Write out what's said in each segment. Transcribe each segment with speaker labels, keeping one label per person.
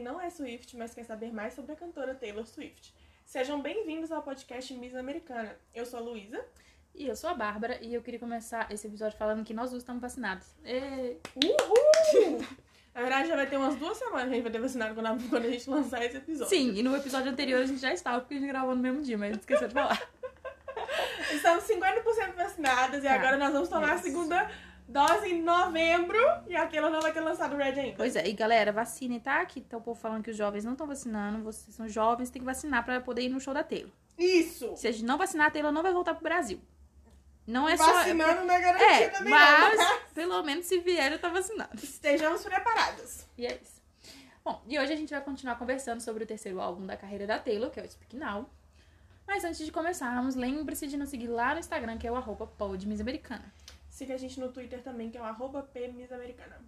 Speaker 1: não é Swift, mas quer saber mais sobre a cantora Taylor Swift. Sejam bem-vindos ao podcast Miss Americana. Eu sou a Luísa.
Speaker 2: E eu sou a Bárbara e eu queria começar esse episódio falando que nós duas estamos É, vacinados. Ê,
Speaker 1: Uhul! Na verdade, já vai ter umas duas semanas que a gente vai ter vacinado quando a, quando a gente lançar esse episódio.
Speaker 2: Sim, e no episódio anterior a gente já estava, porque a gente gravou no mesmo dia, mas esqueceu de falar.
Speaker 1: Estamos 50% vacinadas e
Speaker 2: Tá.
Speaker 1: agora nós vamos tomar a
Speaker 2: Isso.
Speaker 1: segunda dose em novembro. E a Taylor não vai ter lançado o Red ainda.
Speaker 2: Pois é, e galera, vacinem, tá? Que tá o povo falando que os jovens não estão vacinando, vocês são jovens, tem que vacinar pra poder ir no show da Taylor.
Speaker 1: Isso!
Speaker 2: Se a gente não vacinar, a Taylor não vai voltar pro Brasil. Não é
Speaker 1: Vacinando não é
Speaker 2: só.
Speaker 1: garantia
Speaker 2: É,
Speaker 1: também, não,
Speaker 2: mas
Speaker 1: tá?
Speaker 2: pelo menos se vier, já tá vacinado.
Speaker 1: Estejamos preparados.
Speaker 2: E é isso. Bom, e hoje a gente vai continuar conversando sobre o terceiro álbum da carreira da Taylor, que é o Speak Now. Mas antes de começarmos, lembre-se de nos seguir lá no Instagram, que é o arroba podmissamericana.
Speaker 1: Siga a gente no Twitter também, que é o arroba pmissamericana.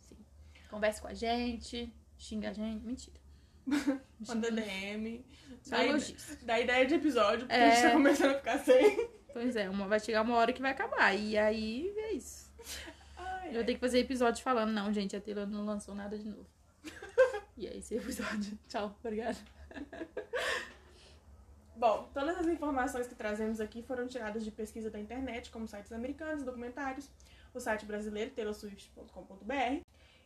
Speaker 2: Sim. Converse com a gente, xinga a gente. Mentira.
Speaker 1: Manda DM.
Speaker 2: Só
Speaker 1: Dá, ide-
Speaker 2: elogios.
Speaker 1: dá ideia de episódio, porque a
Speaker 2: É.
Speaker 1: gente tá começando a ficar sem.
Speaker 2: Pois é, uma, vai chegar uma hora que vai acabar. E aí é isso. Eu
Speaker 1: Ai,
Speaker 2: vou ter que fazer episódio falando, não, gente, a Taylor não lançou nada de novo. e é esse episódio. Tchau, obrigada.
Speaker 1: Bom, todas as informações que trazemos aqui foram tiradas de pesquisa da internet, como sites americanos, documentários, o site brasileiro taylorsuift.com.br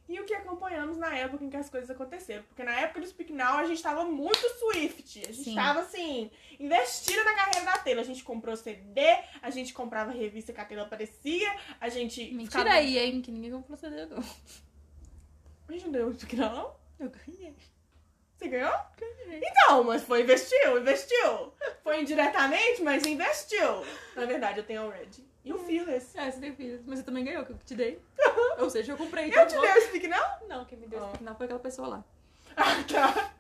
Speaker 1: e o que acompanhamos na época em que as coisas aconteceram. Porque na época do Speak Now a gente tava muito Swift. A gente
Speaker 2: Sim.
Speaker 1: tava assim, investida na carreira da Taylor. A gente comprou CD, a gente comprava revista que a Taylor aparecia, a gente.
Speaker 2: Mentira
Speaker 1: ficava-
Speaker 2: aí, hein, que ninguém vai proceder, não.
Speaker 1: A gente não deu Speak Now, não?
Speaker 2: Eu ganhei.
Speaker 1: Você ganhou? Então, mas foi investiu, investiu. Foi indiretamente, mas investiu. Na verdade, eu tenho o Red. E o Fearless.
Speaker 2: É, você tem filhos, mas você também ganhou, que eu te dei. Ou seja, eu comprei.
Speaker 1: Eu
Speaker 2: então
Speaker 1: te
Speaker 2: vou-
Speaker 1: dei o Speak Now?
Speaker 2: Não, quem me deu
Speaker 1: Ah.
Speaker 2: esse final foi aquela pessoa lá.
Speaker 1: Ah, tá.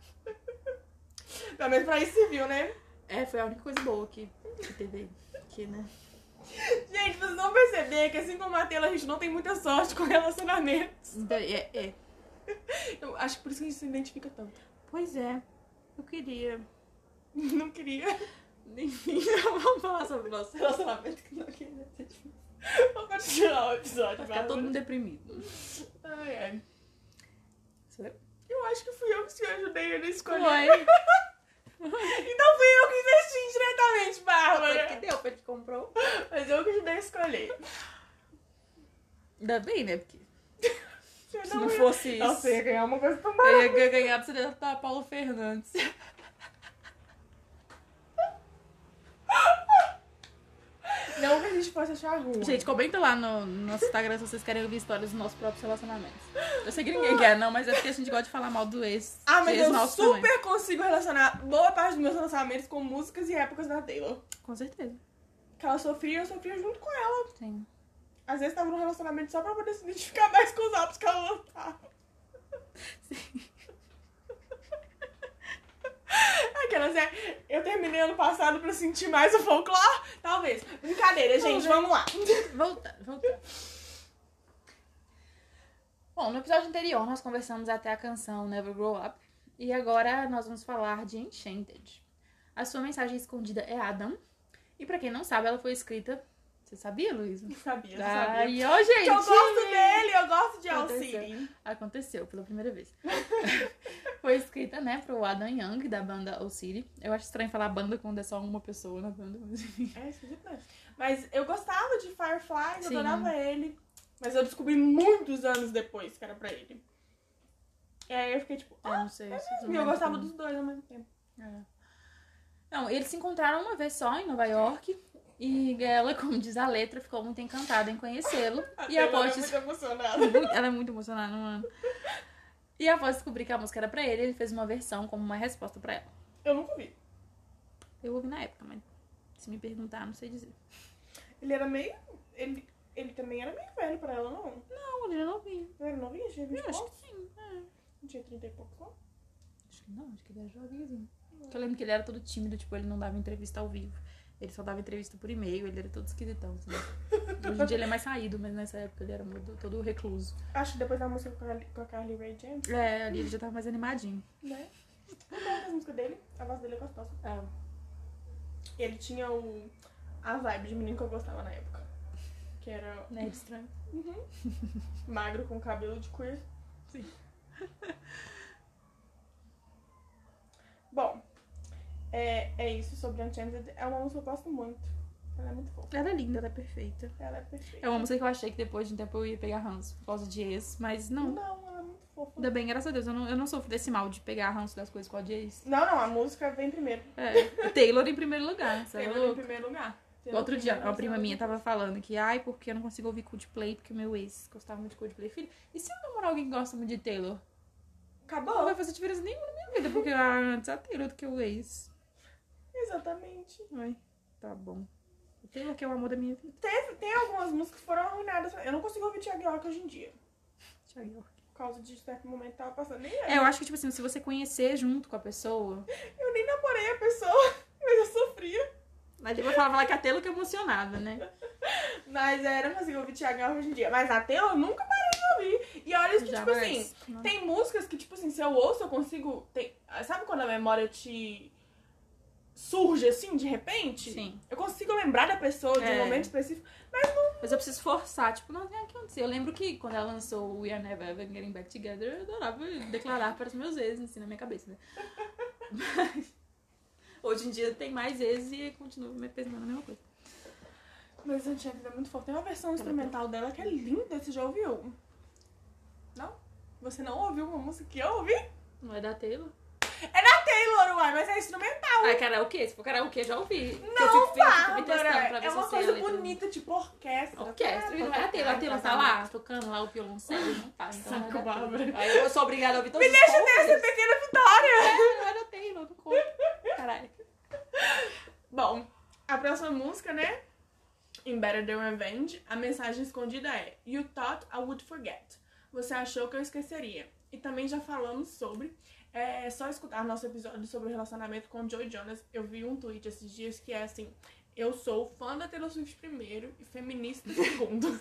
Speaker 1: Pelo menos pra isso serviu, né?
Speaker 2: É, foi a única coisa boa que, que teve aí. Que, né?
Speaker 1: Gente, vocês vão perceber que assim como a Taylor, a gente não tem muita sorte com relacionamento.
Speaker 2: Então, é, é.
Speaker 1: Eu acho que por isso que a gente se identifica tanto.
Speaker 2: Pois é, eu queria.
Speaker 1: Não queria
Speaker 2: Enfim, vamos falar sobre o nosso relacionamento que não queria.
Speaker 1: Vou continuar o episódio,
Speaker 2: Vai ficar todo
Speaker 1: Bárbara.
Speaker 2: mundo deprimido.
Speaker 1: Ai, ai.
Speaker 2: Foi.
Speaker 1: Eu acho que fui eu que te ajudei a escolher.
Speaker 2: Foi
Speaker 1: Então fui eu que investi indiretamente, Bárbara.
Speaker 2: que deu, foi que comprou.
Speaker 1: Mas eu que ajudei a escolher.
Speaker 2: Ainda bem, né? Porque
Speaker 1: Você
Speaker 2: se não é. Tá
Speaker 1: ia-
Speaker 2: fosse isso,
Speaker 1: Nossa, eu ia ganhar uma coisa tão
Speaker 2: eu ia ganhar- ganhar pra você derrotar Paulo Fernandes.
Speaker 1: Não que a gente possa achar ruim.
Speaker 2: Gente, comenta lá no no nosso Instagram se vocês querem ouvir histórias dos nossos próprios relacionamentos. Eu sei que ninguém quer, não, mas é porque a gente gosta de falar mal do ex.
Speaker 1: ah, mas
Speaker 2: de ex
Speaker 1: eu
Speaker 2: nosso
Speaker 1: super
Speaker 2: também.
Speaker 1: consigo relacionar boa parte dos meus relacionamentos com músicas e épocas da Taylor.
Speaker 2: Com certeza.
Speaker 1: Que ela sofria, eu sofria junto com ela.
Speaker 2: Sim.
Speaker 1: Às vezes tava num relacionamento só pra poder se identificar mais com os álbuns que ela lançava. Aquelas, né? Eu terminei ano passado pra sentir mais o folclore? Talvez. Brincadeira, gente.
Speaker 2: Talvez.
Speaker 1: Vamos lá.
Speaker 2: Voltar, voltar. Bom, no episódio anterior nós conversamos até a canção Never Grow Up. E agora nós vamos falar de Enchanted. A sua mensagem escondida é Adam. E pra quem não sabe, ela foi escrita. Você sabia, Luísa?
Speaker 1: Não sabia, não sabia.
Speaker 2: Ai, ó, gente!
Speaker 1: Que eu gosto dele, eu gosto de
Speaker 2: Aconteceu.
Speaker 1: Alcide.
Speaker 2: Aconteceu pela primeira vez. Foi escrita, né, pro Adam Young, da banda O City. Eu acho estranho falar banda quando é só uma pessoa na banda. mas enfim.
Speaker 1: É, esquisito mesmo. Mas eu gostava de Fireflies, eu
Speaker 2: Sim.
Speaker 1: adorava ele. Mas eu descobri muitos anos depois que era pra ele. E aí eu fiquei tipo,
Speaker 2: Ah, Eu É, não sei. vocês
Speaker 1: e eu
Speaker 2: não lembram
Speaker 1: gostava
Speaker 2: como-
Speaker 1: dos dois ao mesmo tempo.
Speaker 2: É. Não, eles se encontraram uma vez só em Nova York. E ela, como diz a letra, ficou muito encantada em conhecê-lo. E
Speaker 1: Taylor
Speaker 2: após.
Speaker 1: é muito emocionada.
Speaker 2: Muito- Ela é muito emocionada, mano. E após descobrir que a música era pra ele, ele fez uma versão como uma resposta pra ela.
Speaker 1: Eu nunca vi.
Speaker 2: Eu ouvi na época, mas se me perguntar, não sei dizer.
Speaker 1: Ele era meio. Ele, ele também era meio velho pra ela, não?
Speaker 2: Não, ele é não ouvi.
Speaker 1: Ele era novinho, tinha 20
Speaker 2: Eu
Speaker 1: e
Speaker 2: acho
Speaker 1: pouco?
Speaker 2: que sim. é.
Speaker 1: Não tinha 30 e pouco, não?
Speaker 2: Acho que não, acho que ele era jovenzinho. Porque eu lembro que ele era todo tímido, tipo, ele não dava entrevista ao vivo. Ele só dava entrevista por e-mail, ele era todo esquisitão, assim. Hoje em dia ele é mais saído, mas nessa época ele era muito- todo recluso.
Speaker 1: Acho que depois da música com a Carly, com a Carly Rae Jepsen,
Speaker 2: É, ali ele já tava mais animadinho.
Speaker 1: né? Eu gosto das músicas dele, a voz dele é gostosa. Ele tinha o, a vibe de menino que eu gostava na época. Que era
Speaker 2: Nerd estranho.
Speaker 1: Uhum. Magro com cabelo de queer.
Speaker 2: Sim.
Speaker 1: É, é isso sobre Enchanted. É uma música que eu gosto muito. Ela é muito fofa.
Speaker 2: Ela é linda, ela é perfeita.
Speaker 1: Ela é perfeita.
Speaker 2: É uma música que eu achei que depois de um tempo eu ia pegar ranço por causa de ex, mas não.
Speaker 1: Não, ela é muito fofa.
Speaker 2: Ainda bem, graças a Deus, eu não, eu não sofro desse mal de pegar ranço das coisas por causa de ex.
Speaker 1: Não, não, a música vem primeiro.
Speaker 2: É, Taylor em primeiro lugar, sabe?
Speaker 1: Taylor em primeiro lugar. Taylor
Speaker 2: é Outro
Speaker 1: em
Speaker 2: dia,
Speaker 1: primeiro
Speaker 2: uma prima
Speaker 1: lugar.
Speaker 2: minha tava falando que, ai, porque eu não consigo ouvir Coldplay, porque meu ex gostava muito de Coldplay. Filho, e se eu namorar alguém que gosta muito de Taylor? Não
Speaker 1: Acabou.
Speaker 2: vai fazer diferença nenhuma na minha vida, porque ah, antes a Taylor do que o ex.
Speaker 1: Exatamente.
Speaker 2: Ai, tá bom. O Taylor que é o amor da minha vida.
Speaker 1: Teve, tem algumas músicas que foram arruinadas. Eu não consigo ouvir Tiago York hoje em dia.
Speaker 2: Thiago.
Speaker 1: Por causa de certo momento que tava passando. Nem eu.
Speaker 2: É, eu acho que, tipo assim, se você conhecer junto com a pessoa,
Speaker 1: Eu nem namorei a pessoa, mas eu sofria.
Speaker 2: Mas depois falava lá que a Taylor que emocionava, né?
Speaker 1: Mas é, eu não consigo ouvir Tiago York hoje em dia. Mas a Taylor eu nunca parei de ouvir. E olha isso que, tipo assim, Tem músicas que, tipo assim, se eu ouço, eu consigo. tem- Sabe quando a memória te surge assim, de repente?
Speaker 2: Sim.
Speaker 1: Eu consigo lembrar da pessoa de um
Speaker 2: É.
Speaker 1: momento específico.
Speaker 2: Mas eu preciso forçar, tipo, não tem o que acontecer. Eu lembro que quando ela lançou We Are Never Ever Getting Back Together, eu adorava declarar para os meus exes, assim, na minha cabeça, né? Mas hoje em dia tem mais exes e eu continuo me pensando na mesma coisa.
Speaker 1: Mas Enchanted é muito forte. Tem uma versão instrumental dela que é linda, você já ouviu? Não? Você não ouviu uma música que eu ouvi?
Speaker 2: Não é da Taylor?
Speaker 1: Taylor, uai, mas é instrumental.
Speaker 2: Ah, karaokê? Se for karaokê, já ouvi. Porque eu
Speaker 1: Não,
Speaker 2: fico- eu fico me
Speaker 1: Bárbara!
Speaker 2: testando pra ver
Speaker 1: É
Speaker 2: se eu
Speaker 1: uma
Speaker 2: sei a
Speaker 1: coisa
Speaker 2: letra.
Speaker 1: bonita, tipo orquestra.
Speaker 2: Orquestra, e não é a Taylor. A Taylor tá lá, tocando lá o violoncelo, não tá. Então não é
Speaker 1: Saco,
Speaker 2: da Taylor.
Speaker 1: Bárbara.
Speaker 2: Aí eu sou obrigada a ouvir todos
Speaker 1: Me
Speaker 2: os
Speaker 1: deixa ter
Speaker 2: covers.
Speaker 1: essa pequena vitória!
Speaker 2: É, eu era Taylor, não conta. Caralho.
Speaker 1: Bom, a próxima música, né? Em Better Than Revenge, a mensagem escondida é You thought I would forget. Você achou que eu esqueceria. E também já falamos sobre. É só escutar nosso episódio sobre o relacionamento com o Joey Jonas. Eu vi um tweet esses dias que é assim: Eu sou fã da Taylor Swift primeiro e feminista segundo.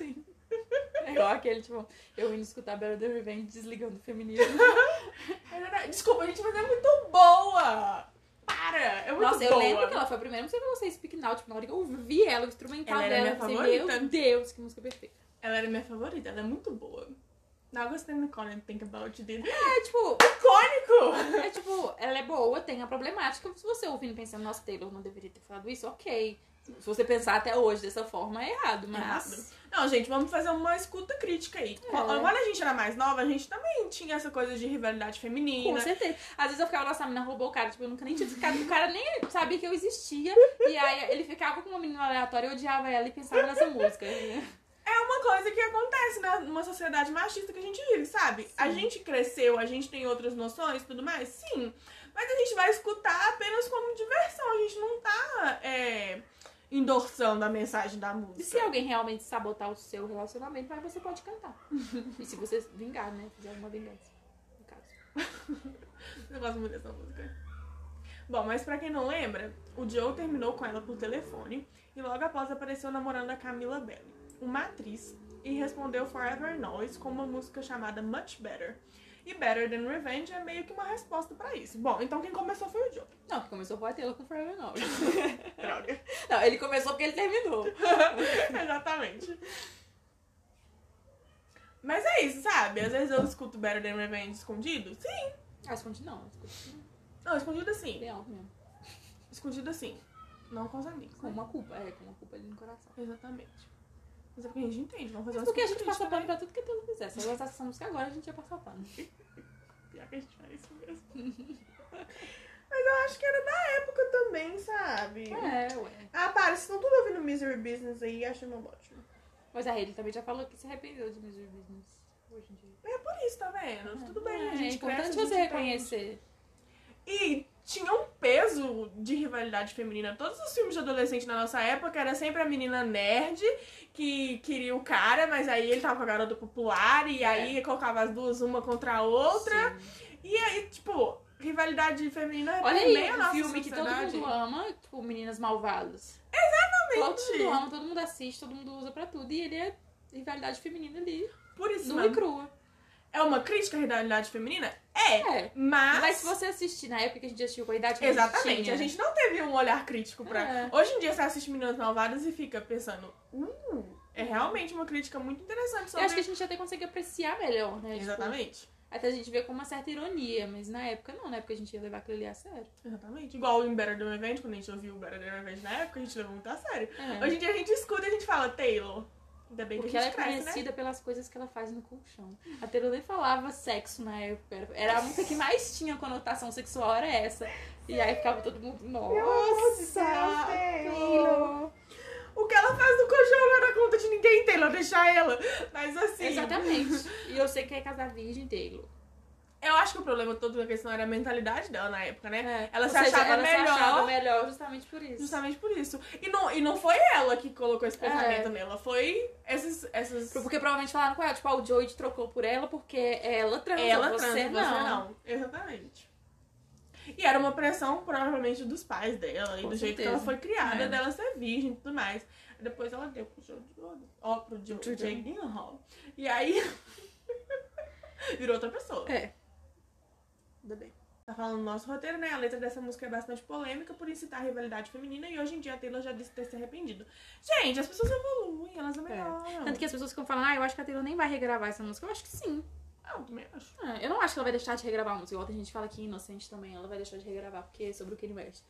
Speaker 2: É igual aquele, tipo, eu indo escutar Better Than Revenge desligando o feminismo.
Speaker 1: É verdade. Desculpa, gente, mas é muito boa! Para! É muito
Speaker 2: Nossa,
Speaker 1: boa!
Speaker 2: eu lembro que ela foi a primeira, não sei pra você Speak Now, tipo, na hora que eu ouvi ela, o instrumental
Speaker 1: Ela era
Speaker 2: dela,
Speaker 1: minha
Speaker 2: eu pensei,
Speaker 1: favorita.
Speaker 2: meu Deus, que música perfeita.
Speaker 1: Ela era minha favorita, ela é muito boa. Now I stand corner and think about it.
Speaker 2: É tipo,
Speaker 1: Icônico!
Speaker 2: é tipo, ela é boa, tem a problemática. Se você ouvindo e pensando, nossa, Taylor não deveria ter falado isso, ok. Se você pensar até hoje dessa forma, é errado, mas.
Speaker 1: Não, gente, vamos fazer uma escuta crítica aí.
Speaker 2: É.
Speaker 1: Quando quando a gente era mais nova, a gente também tinha essa coisa de rivalidade
Speaker 2: Com
Speaker 1: feminina.
Speaker 2: certeza. né? Às vezes eu ficava, nossa, a menina roubou o cara. Tipo, eu nunca nem tinha ficado. O cara nem sabia que eu existia. E aí ele ficava com uma menina aleatória, eu odiava ela e pensava nessa música. né?
Speaker 1: É uma coisa que acontece na- numa sociedade machista que a gente vive, sabe? A gente cresceu, a gente tem outras noções e tudo mais, sim. Mas a gente vai escutar apenas como diversão. A gente não tá é, endossando a mensagem da
Speaker 2: E se
Speaker 1: música.
Speaker 2: alguém realmente sabotar o seu relacionamento, mas você pode cantar. E se você vingar, né? Fizer alguma vingança. No caso.
Speaker 1: Eu gosto muito dessa música. Bom, mas pra quem não lembra, o Joe terminou com ela por telefone e logo após apareceu namorando a Camila Belli, uma atriz, e respondeu Forever Noise com uma música chamada Much Better. E Better Than Revenge é meio que uma resposta pra isso. Bom, então quem começou foi o Joe.
Speaker 2: Não, que começou com a Taylor com Forever Now.
Speaker 1: Droga.
Speaker 2: Não, ele começou porque ele terminou.
Speaker 1: Exatamente. Mas é isso, sabe? Às vezes eu escuto Better Than Revenge escondido. Sim.
Speaker 2: Ah, esconde não. Esconde
Speaker 1: Não, escondido assim.
Speaker 2: bem é alto mesmo.
Speaker 1: Escondido assim. Não com os amigos. né?
Speaker 2: Com uma culpa. É, com uma culpa ali no coração.
Speaker 1: Exatamente. Mas é porque a gente entende, vamos fazer
Speaker 2: Mas
Speaker 1: uma
Speaker 2: porque a gente
Speaker 1: escuta
Speaker 2: passou pano
Speaker 1: crítica,
Speaker 2: pra tudo que a Taylor fizesse. Se eu lançasse essa música agora, a gente ia passar pano.
Speaker 1: né? Pior que a gente faz isso mesmo. Mas eu acho que era da época também, sabe?
Speaker 2: É, ué.
Speaker 1: Ah, para, vocês estão tudo ouvindo Misery Business aí e achando ótimo.
Speaker 2: Mas aí ele também já falou que se arrependeu de Misery Business hoje em dia.
Speaker 1: É por isso, tá vendo? Tudo bem, a
Speaker 2: É,
Speaker 1: gente
Speaker 2: importante
Speaker 1: cresce, a gente
Speaker 2: você
Speaker 1: aprende.
Speaker 2: reconhecer.
Speaker 1: E tinha um peso de rivalidade feminina. Todos os filmes de adolescente na nossa época era sempre a menina nerd que queria o cara, mas aí ele tava com a garota popular e aí colocava as duas uma contra a outra.
Speaker 2: Sim.
Speaker 1: E aí, tipo, rivalidade feminina é
Speaker 2: Olha
Speaker 1: permeia
Speaker 2: aí,
Speaker 1: a
Speaker 2: um
Speaker 1: nossa
Speaker 2: filme que todo
Speaker 1: sociedade.
Speaker 2: mundo ama, tipo, Meninas Malvadas. Todo mundo
Speaker 1: Exatamente.
Speaker 2: ama, todo mundo assiste, todo mundo usa pra tudo. E ele é rivalidade feminina ali,
Speaker 1: Por isso,
Speaker 2: nua e
Speaker 1: mano,
Speaker 2: crua.
Speaker 1: é uma crítica à rivalidade feminina?
Speaker 2: É.
Speaker 1: Mas...
Speaker 2: Mas se você assistir na época que a gente assistiu com a idade que
Speaker 1: Exatamente,
Speaker 2: a
Speaker 1: a
Speaker 2: gente
Speaker 1: gente não teve um olhar crítico pra...
Speaker 2: É.
Speaker 1: Hoje em dia você assiste Meninas Malvadas e fica pensando... Hum, é realmente uma crítica muito interessante
Speaker 2: tinha.
Speaker 1: sobre...
Speaker 2: Eu acho que a gente até consegue apreciar melhor, né? Tipo,
Speaker 1: Exatamente.
Speaker 2: Até a gente vê com uma certa ironia, mas na época não, na época a gente ia levar aquilo ali a sério.
Speaker 1: Exatamente. Igual o Better Than Revenge, quando a gente ouviu o Better Than Revenge na época, a gente levou muito a sério.
Speaker 2: É.
Speaker 1: Hoje em dia a gente escuta e a gente fala, Taylor. Ainda bem
Speaker 2: Porque
Speaker 1: que a
Speaker 2: ela é
Speaker 1: gente cresce, né?
Speaker 2: conhecida pelas coisas que ela faz no colchão. A Taylor nem falava sexo na época. Era- Era a música que mais tinha conotação sexual, era essa. E aí ficava todo mundo,
Speaker 1: amor de Deus,
Speaker 2: nossa,
Speaker 1: Taylor." O que ela faz no colchão não era conta de ninguém, Taylor, deixar ela. Mas assim.
Speaker 2: Exatamente. E eu sei que é casar virgem, Taylor.
Speaker 1: Eu acho que o problema todo da questão era a mentalidade dela na época, né? Ela
Speaker 2: Ou
Speaker 1: se
Speaker 2: seja,
Speaker 1: achava
Speaker 2: ela
Speaker 1: melhor.
Speaker 2: se achava melhor justamente por isso.
Speaker 1: Justamente por isso. E não, e não foi ela que colocou esse pensamento
Speaker 2: É.
Speaker 1: nela, foi essas. essas...
Speaker 2: Porque provavelmente falaram com ela, tipo, ah, o Joey te trocou por ela porque ela transa,
Speaker 1: Ela
Speaker 2: você,
Speaker 1: transa,
Speaker 2: não.
Speaker 1: você não. Exatamente. E era uma pressão, provavelmente, dos pais dela, e
Speaker 2: Com
Speaker 1: do jeito que
Speaker 2: certeza.
Speaker 1: ela foi criada,
Speaker 2: É.
Speaker 1: dela ser virgem e tudo mais. Depois ela deu pro Joe de Ó, pro Joe
Speaker 2: Pro Jake.
Speaker 1: Jake Gyllenhaal. E aí. Virou outra pessoa.
Speaker 2: É. Ainda bem.
Speaker 1: Tá falando do nosso roteiro, né? A letra dessa música é bastante polêmica por incitar a rivalidade feminina e hoje em dia a Taylor já disse ter se arrependido. Gente, as pessoas evoluem, elas não
Speaker 2: É.
Speaker 1: melhoram.
Speaker 2: Tanto que as pessoas ficam falando, ah, eu acho que a Taylor nem vai regravar essa música. Eu acho que sim.
Speaker 1: Ah, eu também acho.
Speaker 2: Ah, eu não acho que ela vai deixar de regravar a música. Igual tem gente que fala que Inocente também, ela vai deixar de regravar, porque é sobre o que ele mexe.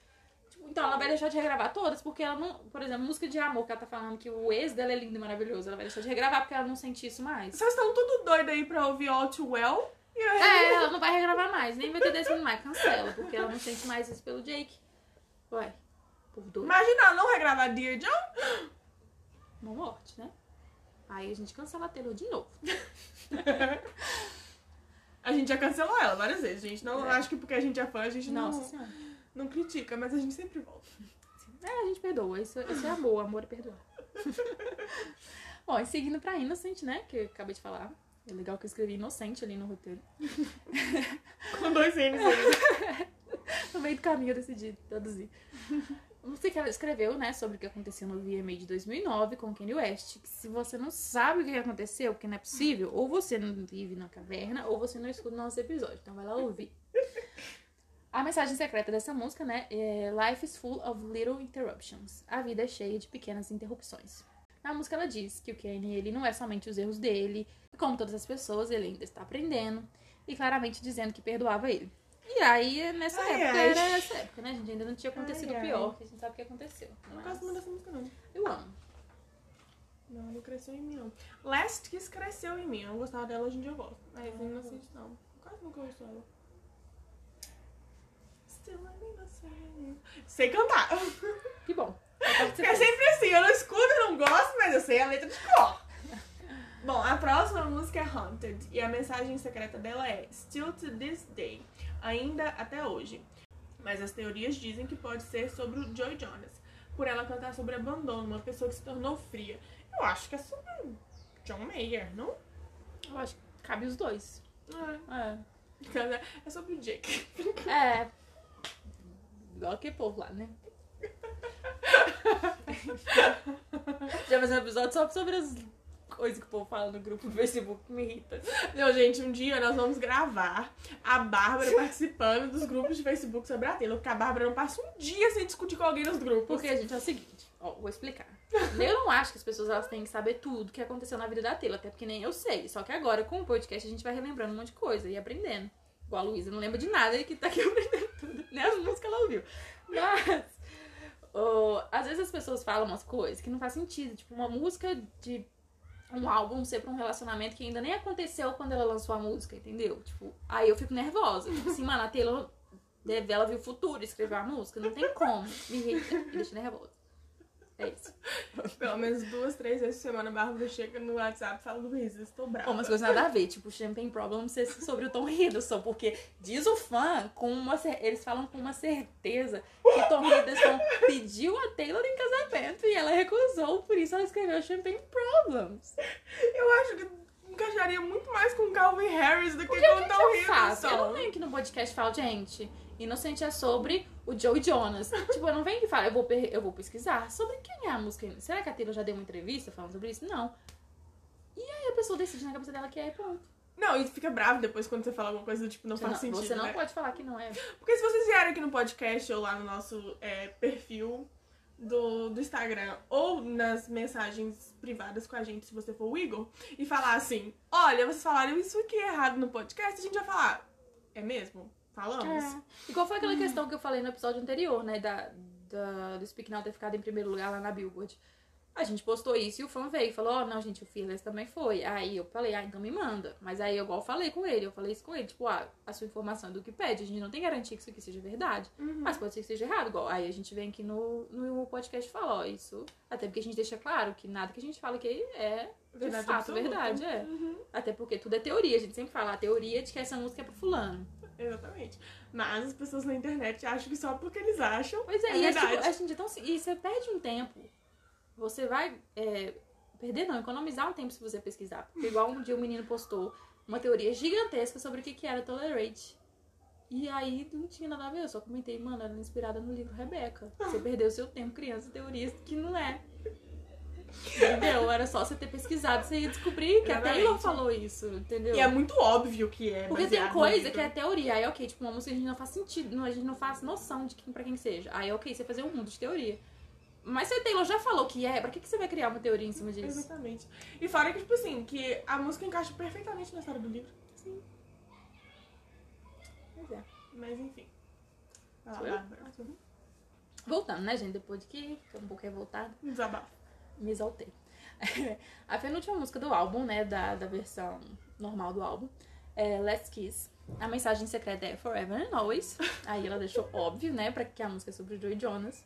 Speaker 2: Tipo, então ela vai deixar de regravar todas, porque ela não. Por exemplo, música de amor, que ela tá falando que o ex dela é lindo e maravilhoso. Ela vai deixar de regravar porque ela não sente isso mais.
Speaker 1: Vocês estão tudo doido aí pra ouvir All Too Well? E aí-
Speaker 2: É, ela não vai regravar mais, nem vai ter 10 minutos mais, cancela, porque ela não sente mais isso pelo Jake. Ué, por dois,
Speaker 1: Imagina ela não regravar Dear John?
Speaker 2: não morte, né? Aí a gente cancela a Taylor de novo.
Speaker 1: A gente já cancelou ela várias vezes, gente. Não
Speaker 2: É.
Speaker 1: acho que porque a gente é fã, a gente não,
Speaker 2: Nossa senhora.
Speaker 1: não critica, mas a gente sempre volta.
Speaker 2: É, a gente perdoa. Isso, isso é amor. Amor é perdoar. Bom, e seguindo pra Innocent, né? Que eu acabei de falar. É legal que eu escrevi Inocente ali no roteiro.
Speaker 1: Com dois N's aí.
Speaker 2: No meio do caminho eu decidi traduzir. Não sei um que ela escreveu, né? Sobre o que aconteceu no VMA de 2009 com Kanye West. Que se você não sabe o que aconteceu, porque não é possível, ou você não vive na caverna, ou você não escuta o nosso episódio. Então vai lá ouvir. A mensagem secreta dessa música, né? É Life is full of little interruptions. A vida é cheia de pequenas interrupções. Na música ela diz que o Kanye, ele não é somente os erros dele. Como todas as pessoas, ele ainda está aprendendo. E claramente dizendo que perdoava ele. E aí, nessa
Speaker 1: Ai,
Speaker 2: época,
Speaker 1: ai.
Speaker 2: era essa época, né, gente? Ainda não tinha acontecido
Speaker 1: Ai, ai.
Speaker 2: pior, que a gente sabe o que aconteceu.
Speaker 1: Não
Speaker 2: Mas
Speaker 1: gosto muito dessa música, não.
Speaker 2: Eu amo.
Speaker 1: Não, não cresceu em mim, não. Last Kiss cresceu em mim. Eu não gostava dela, hoje em dia Ah, eu gosto. Mas inocente, não. Quase nunca ouço ela. Still I'm innocent. Sei cantar.
Speaker 2: Que bom. Eu participei.
Speaker 1: É sempre assim, eu não escuto, eu não gosto, mas eu sei a letra de cor. Bom, a próxima música é Haunted e a mensagem secreta dela é Still to this day, ainda até hoje. Mas as teorias dizem que pode ser sobre o Joy Jonas, por ela cantar sobre abandono, uma pessoa que se tornou fria. Eu acho que é sobre o John Mayer, não?
Speaker 2: Eu acho que cabe os dois. É.
Speaker 1: É, é sobre o Jake.
Speaker 2: É. Igual aquele povo lá, né? Já fez um episódio só sobre as coisas que o povo fala no grupo do Facebook que me irrita.
Speaker 1: Não, gente, um dia nós vamos gravar a Bárbara participando dos grupos de Facebook sobre a Taylor, porque a Bárbara não passa um dia sem discutir com alguém nos grupos.
Speaker 2: Porque, gente, é o seguinte, ó, vou explicar. Eu não acho que as pessoas elas têm que saber tudo que aconteceu na vida da Taylor, até porque nem eu sei. Só que agora, com o podcast, a gente vai relembrando um monte de coisa e aprendendo. Igual a Luísa não lembra de nada e que tá aqui aprendendo tudo. Nem as músicas ela ouviu. Mas, ó, às vezes as pessoas falam umas coisas que não faz sentido. Tipo, uma música de um álbum ser pra um relacionamento que ainda nem aconteceu quando ela lançou a música, entendeu? Tipo, aí eu fico nervosa. Tipo assim, mano, a Taylor deve, ela viu o futuro e escreveu a música. Não tem como. Me irrita, me deixa nervosa. É isso.
Speaker 1: Pelo menos duas, três vezes por semana a Bárbara chega no WhatsApp e fala, Luiz, eu estou brava.
Speaker 2: Ou umas coisas nada a ver, tipo, Champagne Problem ser sobre o Tom Hiddleston, porque diz o fã, com uma cer- eles falam com uma certeza que o Tom Hiddleston pediu a Taylor em casamento e ela recusou, por isso ela escreveu Champagne Problems.
Speaker 1: Eu acho que encaixaria muito mais com Calvin Harris do que,
Speaker 2: E
Speaker 1: com
Speaker 2: o que, que
Speaker 1: Tom
Speaker 2: eu faço? é um Eu não
Speaker 1: Hiddleston.
Speaker 2: venho aqui no podcast e falo, gente, Inocente é sobre o Joe Jonas. tipo, eu não venho aqui falar, eu vou, per- eu vou pesquisar sobre quem é a música. Será que a Taylor já deu uma entrevista falando sobre isso? Não. E aí a pessoa decide na cabeça dela que é e pronto.
Speaker 1: Não, e fica bravo depois quando você fala alguma coisa do tipo, não
Speaker 2: Você
Speaker 1: faz
Speaker 2: não,
Speaker 1: sentido.
Speaker 2: você não
Speaker 1: né?
Speaker 2: pode falar que não é.
Speaker 1: Porque se vocês vierem aqui no podcast ou lá no nosso é, perfil do, do Instagram ou nas mensagens privadas com a gente, se você for o Igor, e falar assim: olha, vocês falaram isso aqui errado no podcast, a gente vai falar: é mesmo? Falamos?
Speaker 2: É. E qual foi aquela questão que eu falei no episódio anterior, né? Da, da- do Speak Now ter ficado em primeiro lugar lá na Billboard. A gente postou isso e o fã veio e falou, ó, não, gente, o Fearless também foi. Aí eu falei, ah, então me manda. Mas aí, eu igual falei com ele, eu falei isso com ele, tipo, ah, a sua informação é do que pede, a gente não tem garantia que isso aqui seja verdade.
Speaker 1: Uhum.
Speaker 2: Mas pode ser que seja errado, igual. Aí a gente vem aqui no, no podcast e fala, ó, isso. Até porque a gente deixa claro que nada que a gente fala que é de fato
Speaker 1: absoluta.
Speaker 2: verdade, é.
Speaker 1: Uhum,
Speaker 2: Até porque tudo é teoria, a gente sempre fala, a teoria de que essa música é pro fulano.
Speaker 1: Exatamente. Mas as pessoas na internet acham que só porque eles acham.
Speaker 2: Pois é,
Speaker 1: É
Speaker 2: e, é, tipo,
Speaker 1: verdade.
Speaker 2: a gente, então, se- e você perde um tempo. Você vai é, perder, não, economizar um tempo se você pesquisar. Porque igual um dia um menino postou uma teoria gigantesca sobre o que, que era tolerate. E aí não tinha nada a ver, eu só comentei, mano, era inspirada no livro Rebeca. Você perdeu seu tempo criando teorias que não é. Entendeu? Era só você ter pesquisado, você ia descobrir que a
Speaker 1: Exatamente.
Speaker 2: Taylor falou isso, entendeu?
Speaker 1: E é muito óbvio que é.
Speaker 2: Porque tem
Speaker 1: baseado no
Speaker 2: coisa
Speaker 1: livro.
Speaker 2: que é teoria, aí ok, tipo, uma música que a gente não faz sentido, não- a gente não faz noção de quem pra quem seja. Aí ok, você fazer um mundo de teoria. Mas se a Taylor já falou que é, pra que, que você vai criar uma teoria em cima disso?
Speaker 1: Exatamente. E fora que, tipo assim, que a música encaixa perfeitamente na história do livro.
Speaker 2: Pois é.
Speaker 1: Mas enfim. Vai lá,
Speaker 2: Sou eu?
Speaker 1: Bárbara.
Speaker 2: Voltando, né, gente? Depois de que tô um pouco revoltada,
Speaker 1: Um desabafo.
Speaker 2: me exaltei. a penúltima música do álbum, né? Da, da versão normal do álbum, é Let's Kiss. A mensagem secreta é Forever and Always. Aí ela deixou óbvio, né, pra que a música é sobre o Joey Jonas.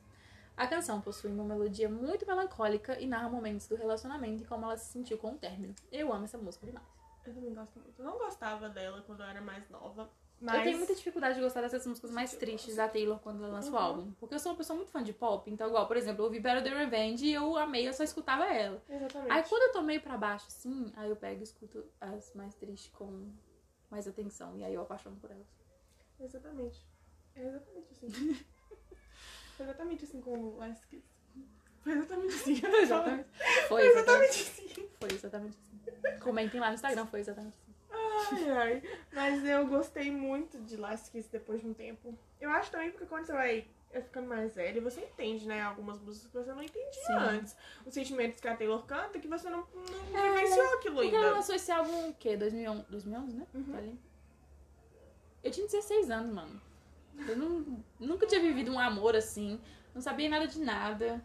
Speaker 2: A canção possui uma melodia muito melancólica e narra momentos do relacionamento e como ela se sentiu com o término. Eu amo essa música demais.
Speaker 1: Eu também gosto muito. Eu não gostava dela quando eu era mais nova. Mas.
Speaker 2: Eu tenho muita dificuldade de gostar dessas músicas mais tristes da Taylor quando ela lança o
Speaker 1: Uhum.
Speaker 2: álbum. Porque eu sou uma pessoa muito fã de pop, então, igual, por exemplo, eu ouvi Better the Revenge e eu amei, eu só escutava ela.
Speaker 1: Exatamente.
Speaker 2: Aí quando eu tô meio pra baixo, assim, aí eu pego e escuto as mais tristes com mais atenção. E aí eu apaixono por elas.
Speaker 1: Exatamente. É exatamente assim. Foi exatamente assim com o Last Kiss. Foi exatamente assim.
Speaker 2: Exatamente. Foi
Speaker 1: Foi exatamente
Speaker 2: exatamente,
Speaker 1: assim.
Speaker 2: foi exatamente assim. Comentem lá no Instagram, foi exatamente assim.
Speaker 1: Ai, ai. Mas eu gostei muito de Last Kiss depois de um tempo. Eu acho também porque quando você vai é ficando mais velha, você entende, né? Algumas músicas que você não entendia
Speaker 2: Sim.
Speaker 1: antes. Os sentimentos que a Taylor canta que você não, não
Speaker 2: É,
Speaker 1: vivenciou aquilo
Speaker 2: Porque ela
Speaker 1: ainda.
Speaker 2: lançou esse álbum, o quê? 2011, 2011 né?
Speaker 1: Uhum.
Speaker 2: Tá ali. Eu tinha 16 anos, mano. Eu não- nunca tinha vivido um amor assim. Não sabia nada de nada.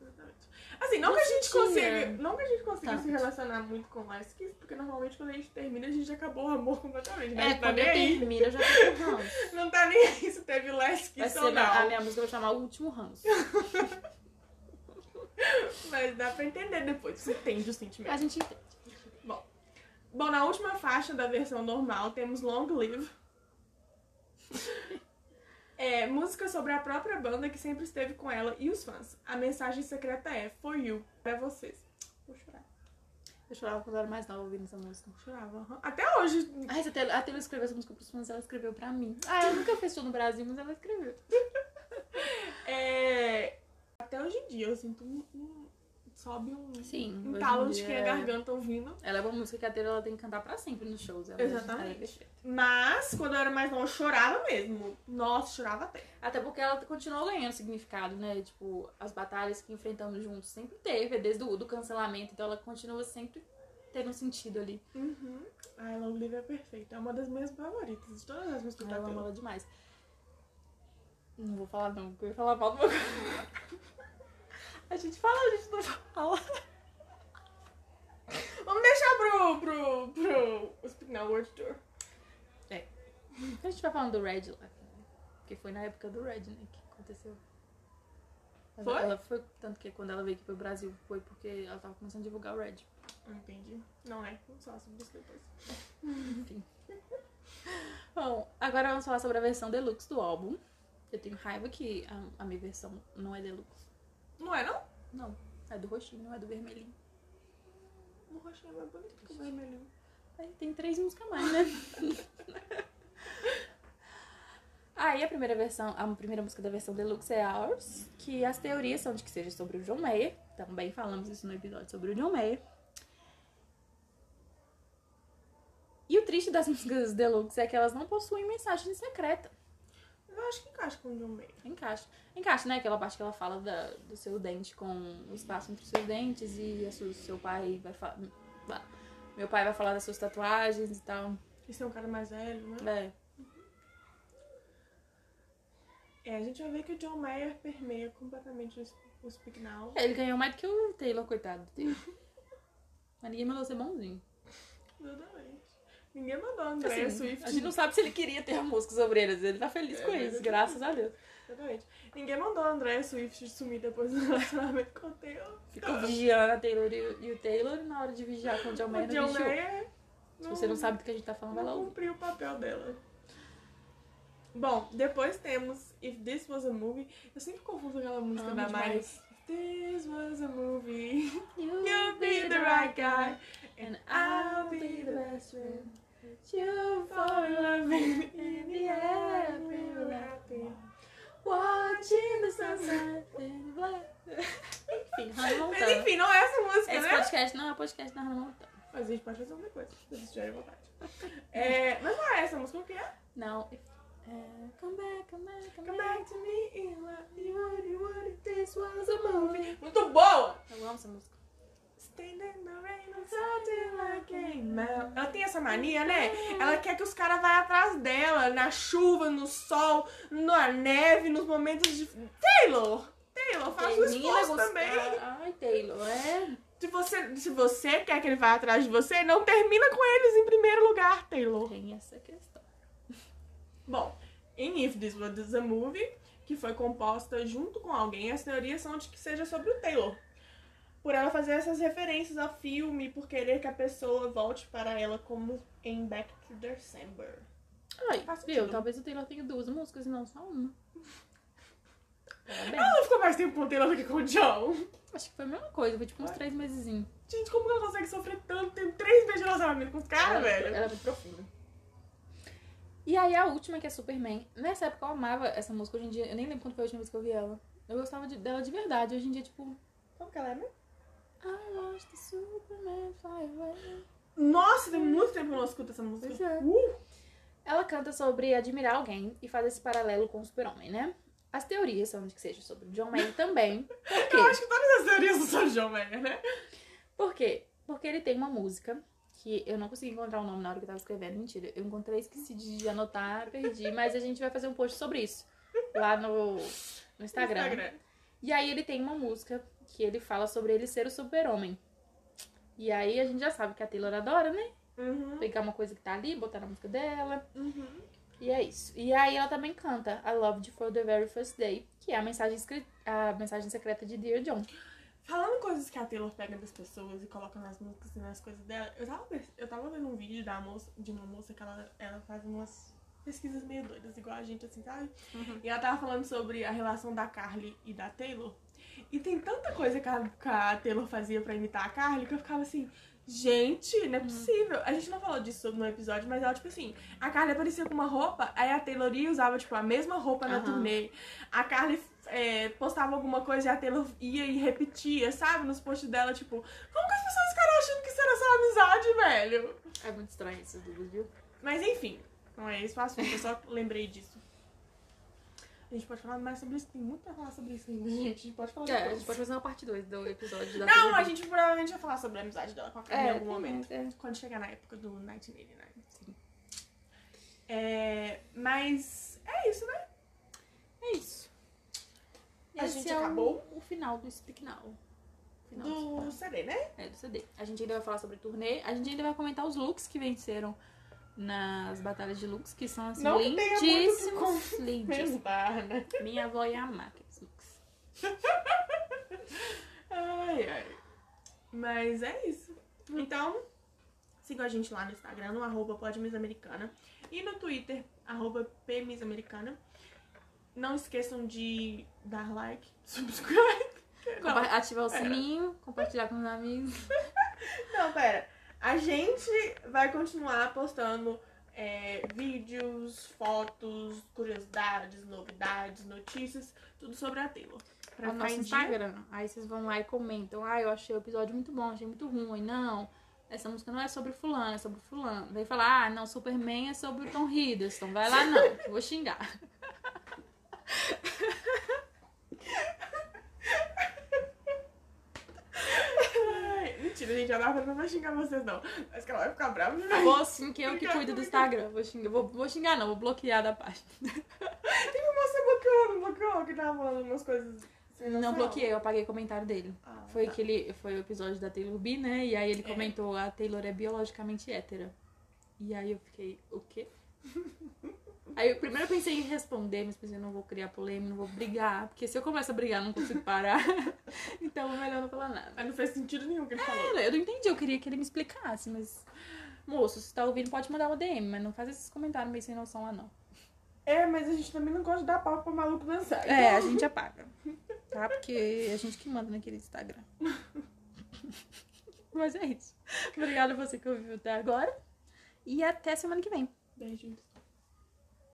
Speaker 1: Exatamente. Assim, não, que a gente
Speaker 2: tinha.
Speaker 1: consiga, não que a gente consiga se
Speaker 2: Tanto.
Speaker 1: relacionar muito com Last Kiss, porque normalmente quando a gente termina, a gente acabou o amor completamente. né? A
Speaker 2: É,
Speaker 1: gente tá
Speaker 2: quando eu
Speaker 1: nem aí.
Speaker 2: termino, eu já tô com ranço.
Speaker 1: Não tá nem aí se teve last
Speaker 2: Vai
Speaker 1: kiss
Speaker 2: ser
Speaker 1: ou não.
Speaker 2: a minha música vai chamar O Último Ranço.
Speaker 1: Mas dá pra entender depois. Você entende o
Speaker 2: A
Speaker 1: sentimento.
Speaker 2: gente entende.
Speaker 1: Bom, na última faixa da versão normal temos Long Live. É, música sobre a própria banda que sempre esteve com ela e os fãs. A mensagem secreta é For You, pra vocês. Vou chorar.
Speaker 2: Eu chorava quando eu era mais nova ouvindo essa música.
Speaker 1: Eu Chorava. aham. Até hoje.
Speaker 2: Ai, se a Taylor, a Taylor escreveu essa música pros fãs, ela escreveu pra mim. Ah, ela nunca fez show no Brasil, mas ela escreveu.
Speaker 1: é, até hoje em dia eu sinto um. um- sobe um,
Speaker 2: Sim.
Speaker 1: um talo de quem é garganta ouvindo.
Speaker 2: Ela é uma música que a Taylor ela tem que cantar pra sempre nos shows. Ela
Speaker 1: Exatamente.
Speaker 2: ela é perfeita.
Speaker 1: Mas quando eu era mais nova, eu chorava mesmo. Nossa, chorava até.
Speaker 2: Até porque ela continuou ganhando significado, né? Tipo, as batalhas que enfrentamos juntos sempre teve, desde o do cancelamento. Então ela continua sempre tendo um sentido ali.
Speaker 1: Uhum. Ai, Long Live é perfeita. É uma das minhas favoritas de todas as músicas
Speaker 2: Ai,
Speaker 1: da
Speaker 2: eu amo
Speaker 1: Taylor.
Speaker 2: ela demais. Não vou falar não, porque eu ia falar mal do meu A gente fala, a gente não fala.
Speaker 1: Vamos deixar pro, pro, pro Speak Now World Tour.
Speaker 2: A gente vai falando do Red lá, né? porque foi na época do Red, né, que aconteceu. Ela-
Speaker 1: Foi?
Speaker 2: Ela foi, tanto que quando ela veio aqui pro Brasil, foi porque ela tava começando a divulgar o Red.
Speaker 1: Não Ah, entendi. Não é. Vamos falar sobre isso depois.
Speaker 2: Bom, agora vamos falar sobre a versão deluxe do álbum. Eu tenho raiva que a, a minha versão não é deluxe.
Speaker 1: Não é, não?
Speaker 2: Não, é do roxinho, não é do vermelhinho.
Speaker 1: O roxinho é mais bonito que o vermelho.
Speaker 2: Aí tem três músicas a mais, né? Aí a primeira versão, a primeira música da versão deluxe é Ours, que as teorias são de que seja sobre o John Mayer. Também falamos isso no episódio sobre o John Mayer. E o triste das músicas deluxe é que elas não possuem mensagem secreta.
Speaker 1: Eu acho que encaixa com o de um meio.
Speaker 2: Encaixa. Encaixa, né? Aquela parte que ela fala da- do seu dente com o espaço entre os seus dentes e a sua- seu pai vai falar. Meu pai vai falar das suas tatuagens e tal.
Speaker 1: Esse é um cara mais velho, né?
Speaker 2: É.
Speaker 1: É, a gente vai ver que o John Mayer permeia completamente os, os Speak Now.
Speaker 2: É, Ele ganhou mais do que o Taylor, coitado. Mas ninguém mandou ser bonzinho.
Speaker 1: Exatamente. Ninguém mandou
Speaker 2: Tipo
Speaker 1: André
Speaker 2: assim,
Speaker 1: Swift.
Speaker 2: a gente não sabe se ele queria ter músicas obreiras. Ele tá feliz
Speaker 1: É,
Speaker 2: com
Speaker 1: mas
Speaker 2: isso,
Speaker 1: é
Speaker 2: graças a Deus.
Speaker 1: Exatamente. Ninguém mandou André Swift sumir depois do relacionamento com o Theo.
Speaker 2: Ficou vigiando a Taylor e, o- e o Taylor e na hora de vigiar com o John
Speaker 1: Ah. O
Speaker 2: Mayer
Speaker 1: John
Speaker 2: não vigiou.
Speaker 1: Mayer.
Speaker 2: Se você não sabe do que a gente tá falando, vai lá
Speaker 1: Não
Speaker 2: ouvir.
Speaker 1: cumpriu o papel dela. Bom, depois temos If This Was a Movie. Eu sempre confundo aquela música
Speaker 2: Amo
Speaker 1: da Mari.
Speaker 2: demais.
Speaker 1: If This Was a Movie.
Speaker 2: You'll
Speaker 1: You'll be the right guy.
Speaker 2: And I'll be the best friend. You
Speaker 1: For
Speaker 2: fall
Speaker 1: loving in the end, we were happy.
Speaker 2: watching the sunset and black. Enfim, Hannah
Speaker 1: Mas
Speaker 2: Montana.
Speaker 1: enfim, não é essa música,
Speaker 2: Esse
Speaker 1: né?
Speaker 2: podcast não é podcast da Hannah Montana.
Speaker 1: Mas a gente pode fazer outra coisa, se vocês tiverem vontade. É, mas não é essa música, o que é?
Speaker 2: Não. É, come back, come back, come
Speaker 1: Come
Speaker 2: back.
Speaker 1: back to me in love, you would, you would,
Speaker 2: This was a movie.
Speaker 1: Muito boa!
Speaker 2: Eu amo essa música.
Speaker 1: Stand in the rain until I came out. Ela tem essa mania, né? Ela quer que os caras vá atrás dela, na chuva, no sol, na neve, nos momentos de... Taylor! Taylor, faz o
Speaker 2: Menina
Speaker 1: esforço
Speaker 2: gostosa.
Speaker 1: também!
Speaker 2: Ai, Taylor, é.
Speaker 1: Se você, se você quer que ele vá atrás de você, não termina com eles em primeiro lugar, Taylor.
Speaker 2: Tem essa questão.
Speaker 1: Bom, em If This Was a Movie, que foi composta junto com alguém, as teorias são de que seja sobre o Taylor. Por ela fazer essas referências ao filme, por querer que a pessoa volte para ela como em Back to December.
Speaker 2: Ai,
Speaker 1: Faz
Speaker 2: viu?
Speaker 1: sentido.
Speaker 2: Talvez o Taylor tenha duas músicas e não só uma. Parabéns.
Speaker 1: Ela não ficou mais tempo com o Taylor do que com o John.
Speaker 2: Acho que foi a mesma coisa, foi tipo uns três meses.
Speaker 1: Gente, como ela consegue sofrer tanto? Tem três meses de relacionamento com o cara,
Speaker 2: ela,
Speaker 1: velho.
Speaker 2: Ela é muito profunda. E aí a última, que é Superman. Nessa época eu amava essa música. Hoje em dia, eu nem lembro quando foi a última vez que eu vi ela. Eu gostava de- dela de verdade. Hoje em dia, tipo.
Speaker 1: Como que ela é mesmo?
Speaker 2: I watched the Superman fly away.
Speaker 1: Nossa, tem muito tempo que eu não escuto essa
Speaker 2: Pois
Speaker 1: música.
Speaker 2: é.
Speaker 1: Uh!
Speaker 2: Ela canta sobre admirar alguém e faz esse paralelo com o super-homem, né? As teorias são de que seja sobre o John Mayer também. Por quê?
Speaker 1: Eu acho que todas as teorias do São John Mayer, né?
Speaker 2: Por quê? Porque ele tem uma música que eu não consegui encontrar o nome na hora que eu tava escrevendo. Mentira, eu encontrei, esqueci de anotar, perdi. Mas a gente vai fazer um post sobre isso lá no, no Instagram. E aí ele tem uma música que ele fala sobre ele ser o super-homem. E aí a gente já sabe que a Taylor adora, né?
Speaker 1: Uhum.
Speaker 2: Pegar uma coisa que tá ali, botar na música dela.
Speaker 1: Uhum.
Speaker 2: E é isso. E aí ela também canta I Loved You for the Very First Day, que é a mensagem, escri- a mensagem secreta de Dear John.
Speaker 1: Falando coisas que a Taylor pega das pessoas e coloca nas músicas e nas coisas dela, eu tava, pers- eu tava vendo um vídeo da moça, de uma moça que ela, ela faz umas pesquisas meio doidas, igual a gente, assim, sabe? E ela tava falando sobre a relação da Carly e da Taylor. E tem tanta coisa que a, que a Taylor fazia pra imitar a Carly que eu ficava assim. Gente, não é possível. A gente não falou disso no episódio, mas ela, tipo assim, a Carly aparecia com uma roupa, aí a Taylor ia e usava, tipo, a mesma roupa na
Speaker 2: Aham.
Speaker 1: turnê. A Carly é, postava alguma coisa e a Taylor ia e repetia, sabe? Nos posts dela, tipo, como que as pessoas ficaram achando que isso era só amizade, velho?
Speaker 2: É muito estranho isso, viu?
Speaker 1: Mas enfim, não é esse o assunto, eu só lembrei disso. A gente pode falar mais sobre isso, tem muito pra falar sobre isso ainda, gente. A gente pode falar
Speaker 2: É, a
Speaker 1: depois.
Speaker 2: gente pode fazer uma parte 2 do episódio da
Speaker 1: Não,
Speaker 2: Taylor
Speaker 1: a
Speaker 2: Swift.
Speaker 1: gente provavelmente vai falar sobre a amizade dela com a Carly em algum
Speaker 2: tem-
Speaker 1: momento.
Speaker 2: é.
Speaker 1: Quando chegar na época do 1989.
Speaker 2: Sim.
Speaker 1: É, mas é isso, né?
Speaker 2: É isso.
Speaker 1: A
Speaker 2: Esse
Speaker 1: gente
Speaker 2: é o-
Speaker 1: acabou?
Speaker 2: o, final do Speak Now. Final
Speaker 1: Do
Speaker 2: Speak
Speaker 1: CD, né?
Speaker 2: Now. É, do CD. A gente ainda vai falar sobre turnê. A gente ainda vai comentar os looks que venceram nas batalhas de looks, que são assim,
Speaker 1: Não que tenha muito o que
Speaker 2: lindíssimos. Lindíssimos.
Speaker 1: Mesmo, né?
Speaker 2: Minha avó ia amar aqueles looks.
Speaker 1: Ai, ai. Mas é isso. Então, sigam a gente lá no Instagram, no arroba podmissamericana. E no Twitter, arroba pmissamericana. Não esqueçam de dar like, subscribe. Não, É.
Speaker 2: Compa- Ativar o
Speaker 1: pera.
Speaker 2: sininho, compartilhar com os amigos.
Speaker 1: não, pera. A gente vai continuar postando é, vídeos, fotos, curiosidades, novidades, notícias, tudo sobre a Taylor. Pra
Speaker 2: Pra
Speaker 1: ficar
Speaker 2: nosso
Speaker 1: em dia.
Speaker 2: Instagram. Aí vocês vão lá e comentam. Ah, eu achei o episódio muito bom, achei muito ruim. Não, essa música não é sobre fulano, é sobre fulano. Daí falar, ah, não, Superman é sobre o Tom Hiddleston. Vai lá não, que eu vou xingar.
Speaker 1: Mentira, gente, a Bárbara não vai xingar vocês, não. Acho que ela vai ficar brava. né?
Speaker 2: Vou sim, que eu que cuido do Instagram. Vou xingar, vou, vou xingar não, vou bloquear da página.
Speaker 1: Tem uma moça bloqueou, não bloqueou, que tava falando umas coisas. sem
Speaker 2: Não
Speaker 1: noção.
Speaker 2: bloqueei, eu apaguei o comentário dele.
Speaker 1: Ah,
Speaker 2: Foi
Speaker 1: tá.
Speaker 2: aquele, foi o episódio da Taylor B, né? E aí ele
Speaker 1: É.
Speaker 2: comentou, a Taylor é biologicamente hétera. E aí eu fiquei, o quê? Aí eu primeiro eu pensei em responder, mas pensei, não vou criar polêmica, não vou brigar. Porque se eu começo a brigar, eu não consigo parar. então é melhor não falar nada.
Speaker 1: Mas não fez sentido nenhum o que ele falou.
Speaker 2: Eu não entendi, eu queria que ele me explicasse, mas... Moço, se tá ouvindo, pode mandar uma DM, mas não faz esses comentários meio sem noção lá, não.
Speaker 1: É, mas a gente também não gosta de dar papo pra maluco dançar.
Speaker 2: É, a gente apaga. Tá? Porque a gente que manda naquele Instagram. Mas é isso. Obrigada a você que ouviu até agora. E até semana que vem.
Speaker 1: Beijinhos.